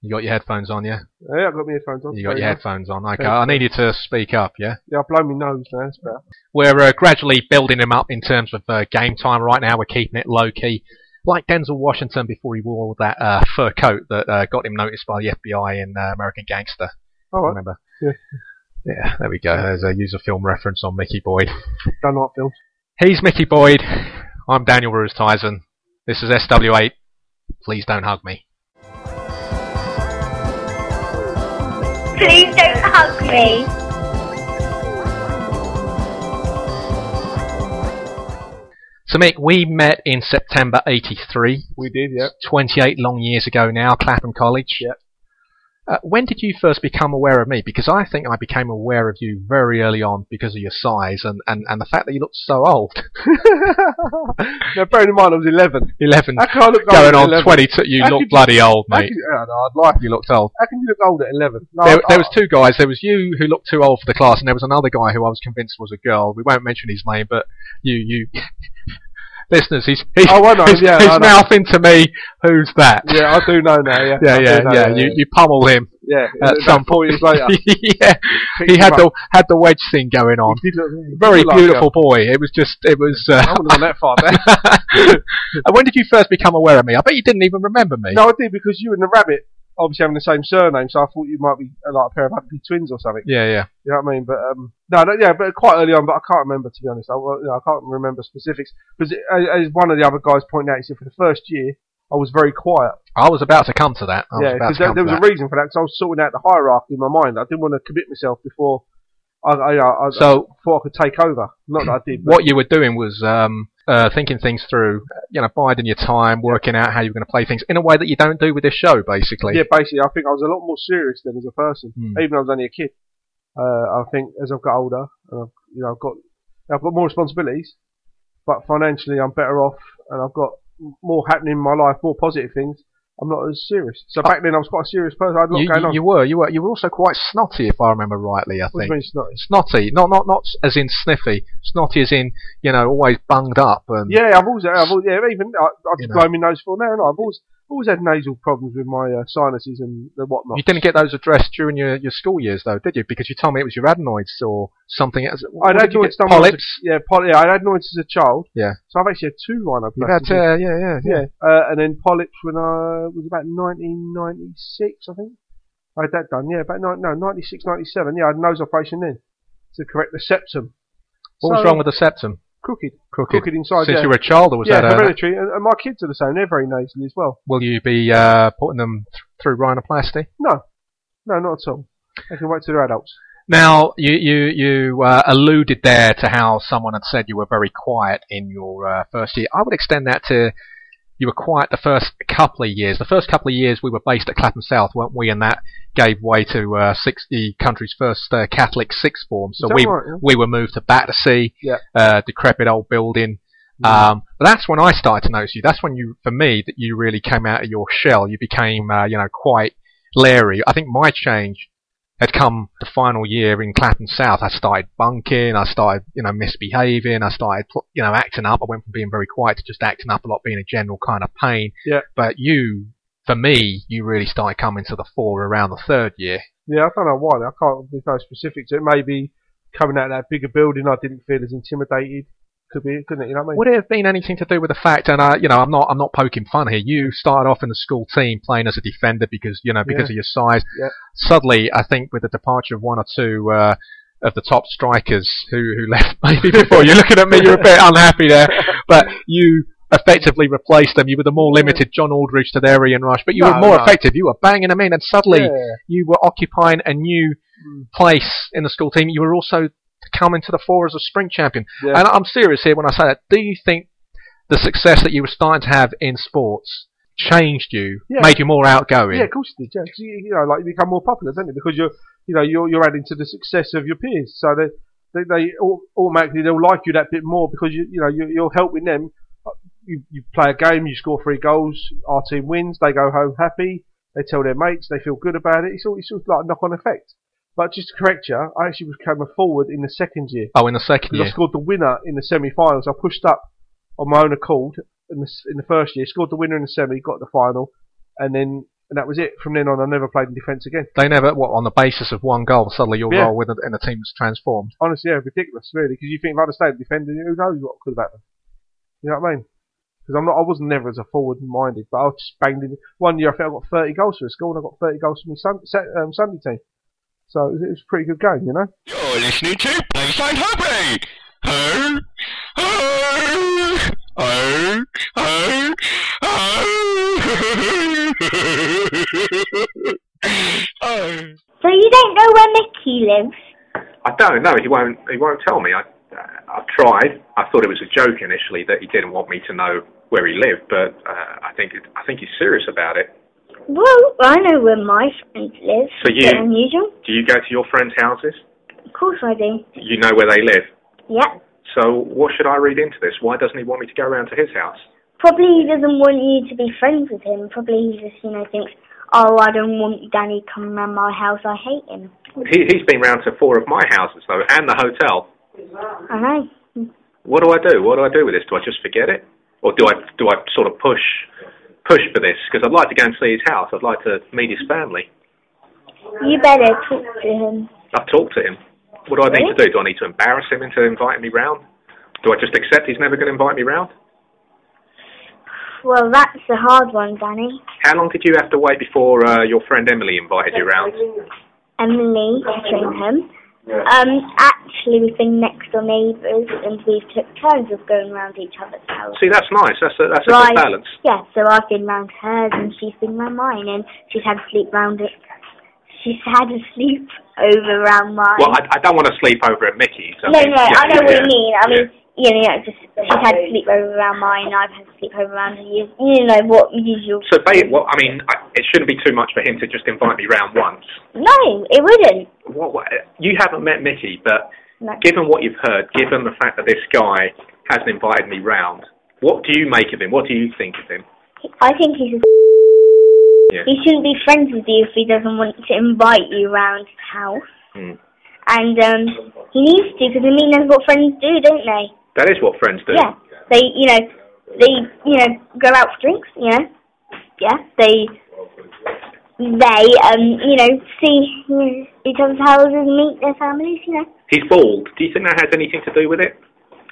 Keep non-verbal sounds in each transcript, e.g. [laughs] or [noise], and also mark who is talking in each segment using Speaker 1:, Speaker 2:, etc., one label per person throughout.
Speaker 1: You got your headphones on, yeah?
Speaker 2: Yeah, I've got my headphones on.
Speaker 1: You got
Speaker 2: Sorry,
Speaker 1: your
Speaker 2: mate.
Speaker 1: headphones on. Okay,
Speaker 2: Thanks,
Speaker 1: I
Speaker 2: mate.
Speaker 1: need you to speak up, yeah?
Speaker 2: Yeah, I blow my nose now, that's better.
Speaker 1: We're uh, gradually building him up in terms of uh, game time. Right now, we're keeping it low key. Like Denzel Washington before he wore that uh, fur coat that uh, got him noticed by the FBI in uh, American Gangster.
Speaker 2: Alright,
Speaker 1: Remember?
Speaker 2: Yeah.
Speaker 1: Yeah, there we go. There's a user film reference on Mickey Boyd.
Speaker 2: don't like films.
Speaker 1: He's Mickey Boyd. I'm Daniel Ruse Tyson. This is SW8. Please don't hug me.
Speaker 3: Please don't hug me.
Speaker 1: So, Mick, we met in September 83.
Speaker 2: We did, yeah. [laughs]
Speaker 1: 28 long years ago now, Clapham College.
Speaker 2: Yep.
Speaker 1: Uh, when did you first become aware of me? Because I think I became aware of you very early on because of your size and, and, and the fact that you looked so old. [laughs]
Speaker 2: now, bearing in mind, I was 11.
Speaker 1: 11,
Speaker 2: How can I look
Speaker 1: going
Speaker 2: old at
Speaker 1: on
Speaker 2: 11?
Speaker 1: 22. You
Speaker 2: How could
Speaker 1: look
Speaker 2: you-
Speaker 1: bloody old,
Speaker 2: How
Speaker 1: mate.
Speaker 2: can, yeah, no, I'd like
Speaker 1: You looked old.
Speaker 2: How can you look old at 11? No,
Speaker 1: There,
Speaker 2: I-
Speaker 1: there was two guys. There was you who looked too old for the class, and there was another guy who I was convinced was a girl. We won't mention his name, but you, you, [laughs] listeners, he's, he's,
Speaker 2: [laughs]
Speaker 1: [laughs]
Speaker 2: Oh, I know,
Speaker 1: he's,
Speaker 2: yeah,
Speaker 1: he's
Speaker 2: I know.
Speaker 1: mouthing to me, "Who's that?"
Speaker 2: Yeah, I do know now, yeah. I
Speaker 1: [laughs] yeah,
Speaker 2: do
Speaker 1: yeah,
Speaker 2: know
Speaker 1: yeah.
Speaker 2: now,
Speaker 1: You, you pummel him.
Speaker 2: yeah.
Speaker 1: at
Speaker 2: About
Speaker 1: some
Speaker 2: four
Speaker 1: point. [laughs]
Speaker 2: years later.
Speaker 1: yeah, he
Speaker 2: picked
Speaker 1: had
Speaker 2: him
Speaker 1: the
Speaker 2: up.
Speaker 1: had the wedge thing going on.
Speaker 2: He did look- he did
Speaker 1: Very
Speaker 2: look like uh, a girl.
Speaker 1: beautiful boy. It was just it was.
Speaker 2: I
Speaker 1: Uh,
Speaker 2: wouldn't have gone that far
Speaker 1: [laughs]
Speaker 2: there.
Speaker 1: and when did you first become aware of me? I bet you didn't even remember me.
Speaker 2: No, I did because you and the rabbit obviously having the same surname, so I thought you might be uh, like a pair of ugly twins or something.
Speaker 1: Yeah, yeah.
Speaker 2: You know what I mean? But um, no, no, yeah, but quite early on. But I can't remember to be honest. I, well, you know, I can't remember specifics because as one of the other guys pointed out, he said for the first year I was very quiet.
Speaker 1: I was about to come to that. I
Speaker 2: yeah,
Speaker 1: was about to
Speaker 2: there,
Speaker 1: come
Speaker 2: there
Speaker 1: to
Speaker 2: was
Speaker 1: that.
Speaker 2: a reason for that because I was sorting out the hierarchy in my mind. I didn't want to commit myself before I, I, I, I
Speaker 1: so
Speaker 2: thought I could take over. Not that I did. But
Speaker 1: what you were doing was um, uh, thinking things through. You know, biding your time, working out how you were going to play things in a way that you don't do with this show, basically.
Speaker 2: yeah, basically, I think I was a lot more serious then as a person,
Speaker 1: Hmm.
Speaker 2: even though I was only a kid. Uh, I think as I've got older, and I've, you know, I've got I've got more responsibilities, but financially I'm better off, and I've got m- more happening in my life, more positive things. I'm not as serious. So back then I was quite a serious person. I had a lot
Speaker 1: Uh, You,
Speaker 2: going
Speaker 1: you,
Speaker 2: on.
Speaker 1: you were, you were, you were also quite snotty, if I remember rightly. I
Speaker 2: What do
Speaker 1: think.
Speaker 2: you mean it's not? it's-
Speaker 1: snotty, not not not as in sniffy, snotty as in you know always bunged up and
Speaker 2: Yeah, I've always, I've always, yeah, even I, I've
Speaker 1: Um, You know.
Speaker 2: blown my nose for now, and I've always, always had nasal problems with my uh, sinuses and the whatnot.
Speaker 1: you didn't get those addressed during your, your school years though, did you? Because you told me it was your adenoids or something. else. What
Speaker 2: I'd
Speaker 1: did
Speaker 2: had
Speaker 1: you
Speaker 2: noise
Speaker 1: get?
Speaker 2: stomach-
Speaker 1: polyps.
Speaker 2: Yeah, poly- yeah, I had noise as a child.
Speaker 1: Yeah.
Speaker 2: So I've actually had two rhinoplastics.
Speaker 1: You've had uh, yeah, yeah yeah
Speaker 2: Yeah, uh, and then polyps when I was about 1996, I think. I had that done, yeah, about nine, no, 96, 97. Yeah, I had a nose operation then to correct the septum.
Speaker 1: What was
Speaker 2: So-
Speaker 1: wrong with the septum?
Speaker 2: Crooked.
Speaker 1: Crooked.
Speaker 2: Crooked inside,
Speaker 1: Since
Speaker 2: yeah.
Speaker 1: you were a child, or was
Speaker 2: yeah,
Speaker 1: that? uh, A,
Speaker 2: hereditary. And, and my kids are the same. They're very nasally as well.
Speaker 1: will you be uh, putting them th- through rhinoplasty?
Speaker 2: No, no, not at all. They can wait till they're adults.
Speaker 1: Now, you you you uh, alluded there to how someone had said you were very quiet in your uh, first year. I would extend that to you were quiet the first couple of years. The first couple of years we were based at Clapham South, weren't we? And that gave way to uh, six, the country's first uh, Catholic sixth form. So
Speaker 2: Is that
Speaker 1: we
Speaker 2: right, yeah?
Speaker 1: we were moved to Battersea,
Speaker 2: Yeah.
Speaker 1: uh, decrepit old building. Um, but that's when I started to notice you. That's when you, for me, that you really came out of your shell. You became, uh, you know, quite leery. I think my change had come the final year in Clapham South. I started bunking. I started, you know, misbehaving. I started, pl- you know, acting up. I went from being very quiet to just acting up a lot, being a general kind of pain.
Speaker 2: Yeah.
Speaker 1: But you, for me, you really started coming to the fore around the third year.
Speaker 2: Yeah, I don't know why. I can't. There's no specifics. It may be coming out of that bigger building. I didn't feel as intimidated. Could be, couldn't it? You know what I mean?
Speaker 1: Would it have been anything to do with the fact? And I, you know, I'm not, I'm not poking fun here. You started off in the school team playing as a defender because, you know, because of your size.
Speaker 2: Yeah.
Speaker 1: Suddenly, I think with the departure of one or two uh, of the top strikers who who left [laughs] maybe before you're looking at me, you're a bit unhappy there. But you effectively replaced them. You were the more limited John Aldridge to their Ian Rush, but you were
Speaker 2: No,
Speaker 1: more
Speaker 2: no.
Speaker 1: effective. You were banging them in, and suddenly
Speaker 2: Yeah.
Speaker 1: you were occupying a new
Speaker 2: Mm.
Speaker 1: place in the school team. You were also coming to the fore as a spring champion.
Speaker 2: Yeah.
Speaker 1: And I'm serious here when I say that. Do you think the success that you were starting to have in sports changed you,
Speaker 2: Yeah.
Speaker 1: made you more outgoing?
Speaker 2: Yeah, of course you did. Yeah, 'Cause you, you know, like you become more popular, don't you? Because you're, you know, you're you're adding to the success of your peers. So they they, they au- automatically they'll like you that bit more because you you know you're, you're helping them. Uh, You you play a game, you score three goals, our team wins, they go home happy. They tell their mates, they feel good about it. It's all it's all like a knock-on effect. But just to correct you, I actually became a forward in the second year
Speaker 1: Oh, in the second
Speaker 2: because I
Speaker 1: year.
Speaker 2: scored the winner in the semi-finals. I pushed up on my own accord in the, s- in the first year, scored the winner in the semi, got the final, and then and that was it. From then on, I never played in defence again.
Speaker 1: They never, what, on the basis of one goal, suddenly your
Speaker 2: Yeah.
Speaker 1: role with in the team was transformed.
Speaker 2: Honestly, yeah, ridiculous, really, because you think if I'd have stayed defending, who knows what could have happened. You know what I mean? Because I'm not, I was never as a forward minded, but I was just banged in. One year I think I got 30 goals for the school, and I got 30 goals for my Sun, Sa- um, Sunday team. So it was, it was a pretty good game, you know.
Speaker 3: You're listening to PlaySide Hobby! Ho! Ho! Ho! Ho! Ho! Ho!
Speaker 4: So you don't know where Mickey lives?
Speaker 5: I don't know. He won't. He won't tell me. I, I tried. I thought it was a joke initially that he didn't want me to know where he lived, but uh, I think it, I think he's serious about it.
Speaker 4: Well, I know where my friend lives.
Speaker 5: So you-
Speaker 4: Bit unusual.
Speaker 5: Do you go to your friends' houses?
Speaker 4: Of course I do.
Speaker 5: You know where they live.
Speaker 4: Yep.
Speaker 5: So what should I read into this? Why doesn't he want me to go round to his house?
Speaker 4: Probably he doesn't want you to be friends with him. Probably he just, you know, thinks, oh, I don't want Danny coming round my house. I hate him.
Speaker 5: He, he's been round to four of my houses though, and the hotel.
Speaker 4: I know.
Speaker 5: What do I do? What do I do with this? Do I just forget it, or do I do I sort of push push for this? Because I'd like to go and see his house. I'd like to meet his family.
Speaker 4: You better talk to him.
Speaker 5: I've talked to him. What do I need to do? Do I need to embarrass him into inviting me round? Do I just accept he's never going to invite me round?
Speaker 4: Well, that's a hard one, Danny.
Speaker 5: How long did you have to wait before uh, your friend Emily invited you round?
Speaker 4: Emily, Catherine, him. Um, actually, we've been next door neighbours and we've took turns of going round each other's house.
Speaker 5: See, that's nice. That's a, that's a
Speaker 4: Right.
Speaker 5: good balance.
Speaker 4: Yeah, so I've been round hers and she's been round mine and she's had sleep round it. She's had a sleep over round mine.
Speaker 5: Well, I, I don't want to sleep over at Mickey's. I
Speaker 4: no,
Speaker 5: mean,
Speaker 4: no,
Speaker 5: yeah,
Speaker 4: I know what
Speaker 5: yeah,
Speaker 4: you mean. I
Speaker 5: yeah.
Speaker 4: mean, you know, yeah, just she's had sleep over round mine. I've had sleep over round you. You know what usual?
Speaker 5: So, ba- well, I mean, I, it shouldn't be too much for him to just invite me round once.
Speaker 4: No, it wouldn't.
Speaker 5: What, what, you haven't met Mickey, but
Speaker 4: No.
Speaker 5: given what you've heard, given the fact that this guy hasn't invited me round, what do you make of him? What do you think of him?
Speaker 4: I think he's. A
Speaker 5: Yeah.
Speaker 4: He shouldn't be friends with you if he doesn't want to invite you round his house.
Speaker 5: Hmm.
Speaker 4: And um, he needs to because I mean that's what friends do, don't they?
Speaker 5: That is what friends do.
Speaker 4: Yeah. They, you know, they, you know, go out for drinks. You know, yeah. They, they, um, you know, see you know, each other's houses, meet their families. You know.
Speaker 5: He's bald. Do you think that has anything to do with it?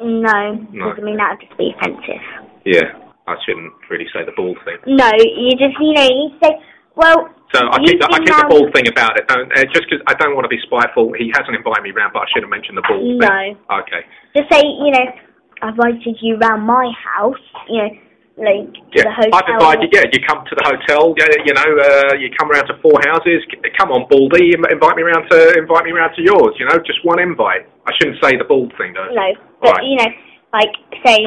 Speaker 4: No,
Speaker 5: No.
Speaker 4: because I mean that would just be offensive.
Speaker 5: Yeah. I shouldn't really say the bald thing.
Speaker 4: No, you just, you know, you say, well,
Speaker 5: So I
Speaker 4: you
Speaker 5: keep, the, I
Speaker 4: can,
Speaker 5: keep the
Speaker 4: um,
Speaker 5: bald thing about it. Don't, uh, just because I don't want to be spiteful, he hasn't invited me round, but I should have mentioned the bald thing.
Speaker 4: No.
Speaker 5: Okay.
Speaker 4: Just say, you know, I've invited you round my house. You know, like to
Speaker 5: Yeah.
Speaker 4: the hotel.
Speaker 5: I've invited you. Yeah, you come to the hotel. Yeah, you know, uh, you come round to four houses. C- Come on, baldy, im- invite me round to invite me round to yours. You know, just one invite. I shouldn't say the bald thing though.
Speaker 4: No, but
Speaker 5: Right.
Speaker 4: you know, like say,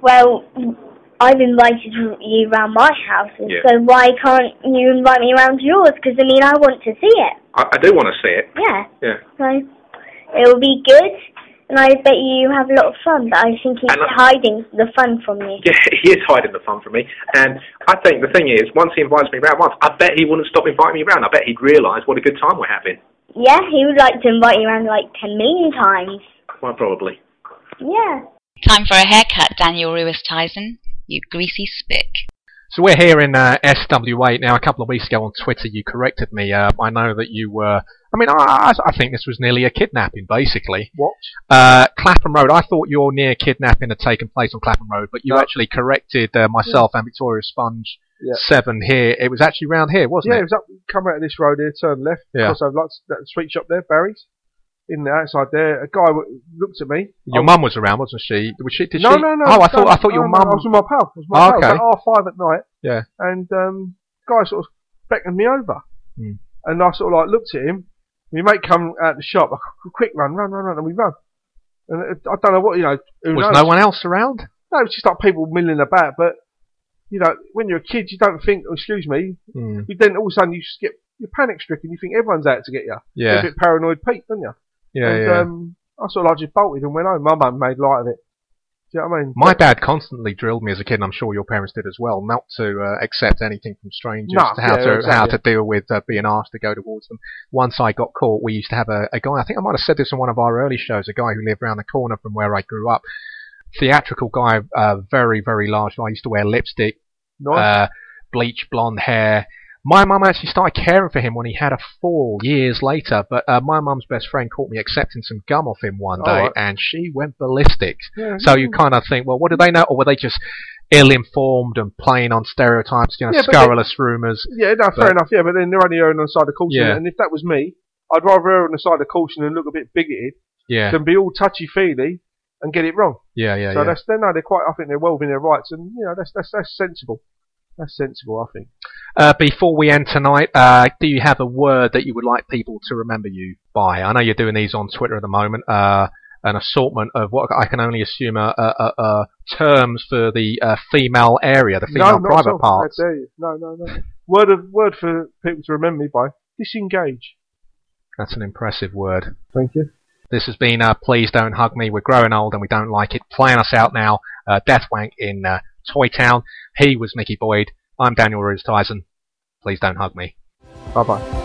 Speaker 4: well, I've invited you round my house, and
Speaker 5: Yeah.
Speaker 4: so why can't you invite me round yours? Because I mean, I want to see it.
Speaker 5: I, I do want to see it.
Speaker 4: Yeah,
Speaker 5: Yeah.
Speaker 4: so it will be good, and I bet you have a lot of fun. But I think he's
Speaker 5: And I-
Speaker 4: hiding the fun from you.
Speaker 5: Yeah, [laughs] he is hiding the fun from me. And I think the thing is, once he invites me round once, I bet he wouldn't stop inviting me round. I bet he'd realise what a good time we're having.
Speaker 4: Yeah, he would like to invite you round like ten million times.
Speaker 5: Well, probably.
Speaker 4: Yeah.
Speaker 6: Time for a haircut, Daniel Ruiz Tyson. You greasy spick.
Speaker 1: So we're here in uh, SWA now. A couple of weeks ago on Twitter, you corrected me. Uh, I know that you were. I mean, I, I- I think this was nearly a kidnapping, basically.
Speaker 2: What?
Speaker 1: Uh, Clapham Road. I thought your near kidnapping had taken place on Clapham Road, but you
Speaker 2: No.
Speaker 1: actually corrected uh, myself and Victoria Sponge
Speaker 2: Yeah.
Speaker 1: Seven here. It was actually round here, wasn't
Speaker 2: yeah,
Speaker 1: it?
Speaker 2: was up, come out of this road here, turn left.
Speaker 1: Yeah.
Speaker 2: Cross over, like that sweet shop there, Barry's. In the outside there, a guy w- looked at me.
Speaker 1: Your mum was around, wasn't she? Was she? Did
Speaker 2: Oh. no,
Speaker 1: she?
Speaker 2: no, no.
Speaker 1: Oh, I
Speaker 2: no,
Speaker 1: thought I thought
Speaker 2: no,
Speaker 1: your
Speaker 2: no,
Speaker 1: mum. Oh,
Speaker 2: I was with my pal. I was with my pal. It was
Speaker 1: Okay.
Speaker 2: about half five at night.
Speaker 1: Yeah.
Speaker 2: And um, guy sort of beckoned me over,
Speaker 1: Hmm.
Speaker 2: and I sort of like looked at him. My mate come out the shop. [laughs] I qu- quick run, run, run, run, and we run. And it- I don't know what you know. Who
Speaker 1: was
Speaker 2: knows?
Speaker 1: no one else around?
Speaker 2: No, it's just like people milling about. But you know, when you're a kid, you don't think. "Oh, Excuse me.
Speaker 1: Hmm,
Speaker 2: You then all of a sudden you skip. You're panic stricken. You think everyone's out to get you. You're
Speaker 1: yeah,
Speaker 2: a bit paranoid, Pete, don't you?
Speaker 1: yeah,
Speaker 2: and
Speaker 1: yeah.
Speaker 2: um, I sort of like just bolted and went home. My mum made light of it. Do you know what I mean?
Speaker 1: My dad constantly drilled me as a kid, and I'm sure your parents did as well, not to uh, accept anything from strangers,
Speaker 2: No,
Speaker 1: to how
Speaker 2: yeah,
Speaker 1: to
Speaker 2: exactly.
Speaker 1: how to deal with uh, being asked to go towards them. Once I got caught, we used to have a, a guy. I think I might have said this on one of our early shows. A guy who lived around the corner from where I grew up, theatrical guy, uh, very very large. I used to wear lipstick,
Speaker 2: Nice.
Speaker 1: uh, bleach blonde hair. My mum actually started caring for him when he had a fall years later, but uh, my mum's best friend caught me accepting some gum off him one day,
Speaker 2: Alright.
Speaker 1: and she went ballistic.
Speaker 2: Yeah.
Speaker 1: So you kind of think, well, what do they know, or were they just ill-informed and playing on stereotypes, you know,
Speaker 2: Yeah, but they-
Speaker 1: scurrilous rumours?
Speaker 2: Yeah, no, fair
Speaker 1: But-
Speaker 2: enough. Yeah, but then they're only erring on the side of caution.
Speaker 1: Yeah.
Speaker 2: And if that was me, I'd rather err on the side of caution and look a bit bigoted
Speaker 1: Yeah,
Speaker 2: than be all touchy feely and get it wrong.
Speaker 1: yeah, yeah.
Speaker 2: so
Speaker 1: yeah.
Speaker 2: that's they're, no, they're quite. I think they're well within their rights, and you know that's that's that's sensible. That's sensible, I think.
Speaker 1: Uh, before we end tonight, uh, do you have a word that you would like people to remember you by? I know you're doing these on Twitter at the moment. Uh, an assortment of what I can only assume are uh, uh, uh, terms for the uh, female area, the
Speaker 2: no,
Speaker 1: female
Speaker 2: not at
Speaker 1: private
Speaker 2: all.
Speaker 1: part.
Speaker 2: How dare you? No, no, no. word of word for people to remember me by: disengage.
Speaker 1: That's an impressive word.
Speaker 2: Thank you.
Speaker 1: This has been uh, Please Don't Hug Me. We're growing old and we don't like it. Playing us out now, uh, Deathwank in uh, Toy Town. He was Mickey Boyd. I'm Daniel Ruse Tyson. Please don't hug me.
Speaker 2: Bye bye.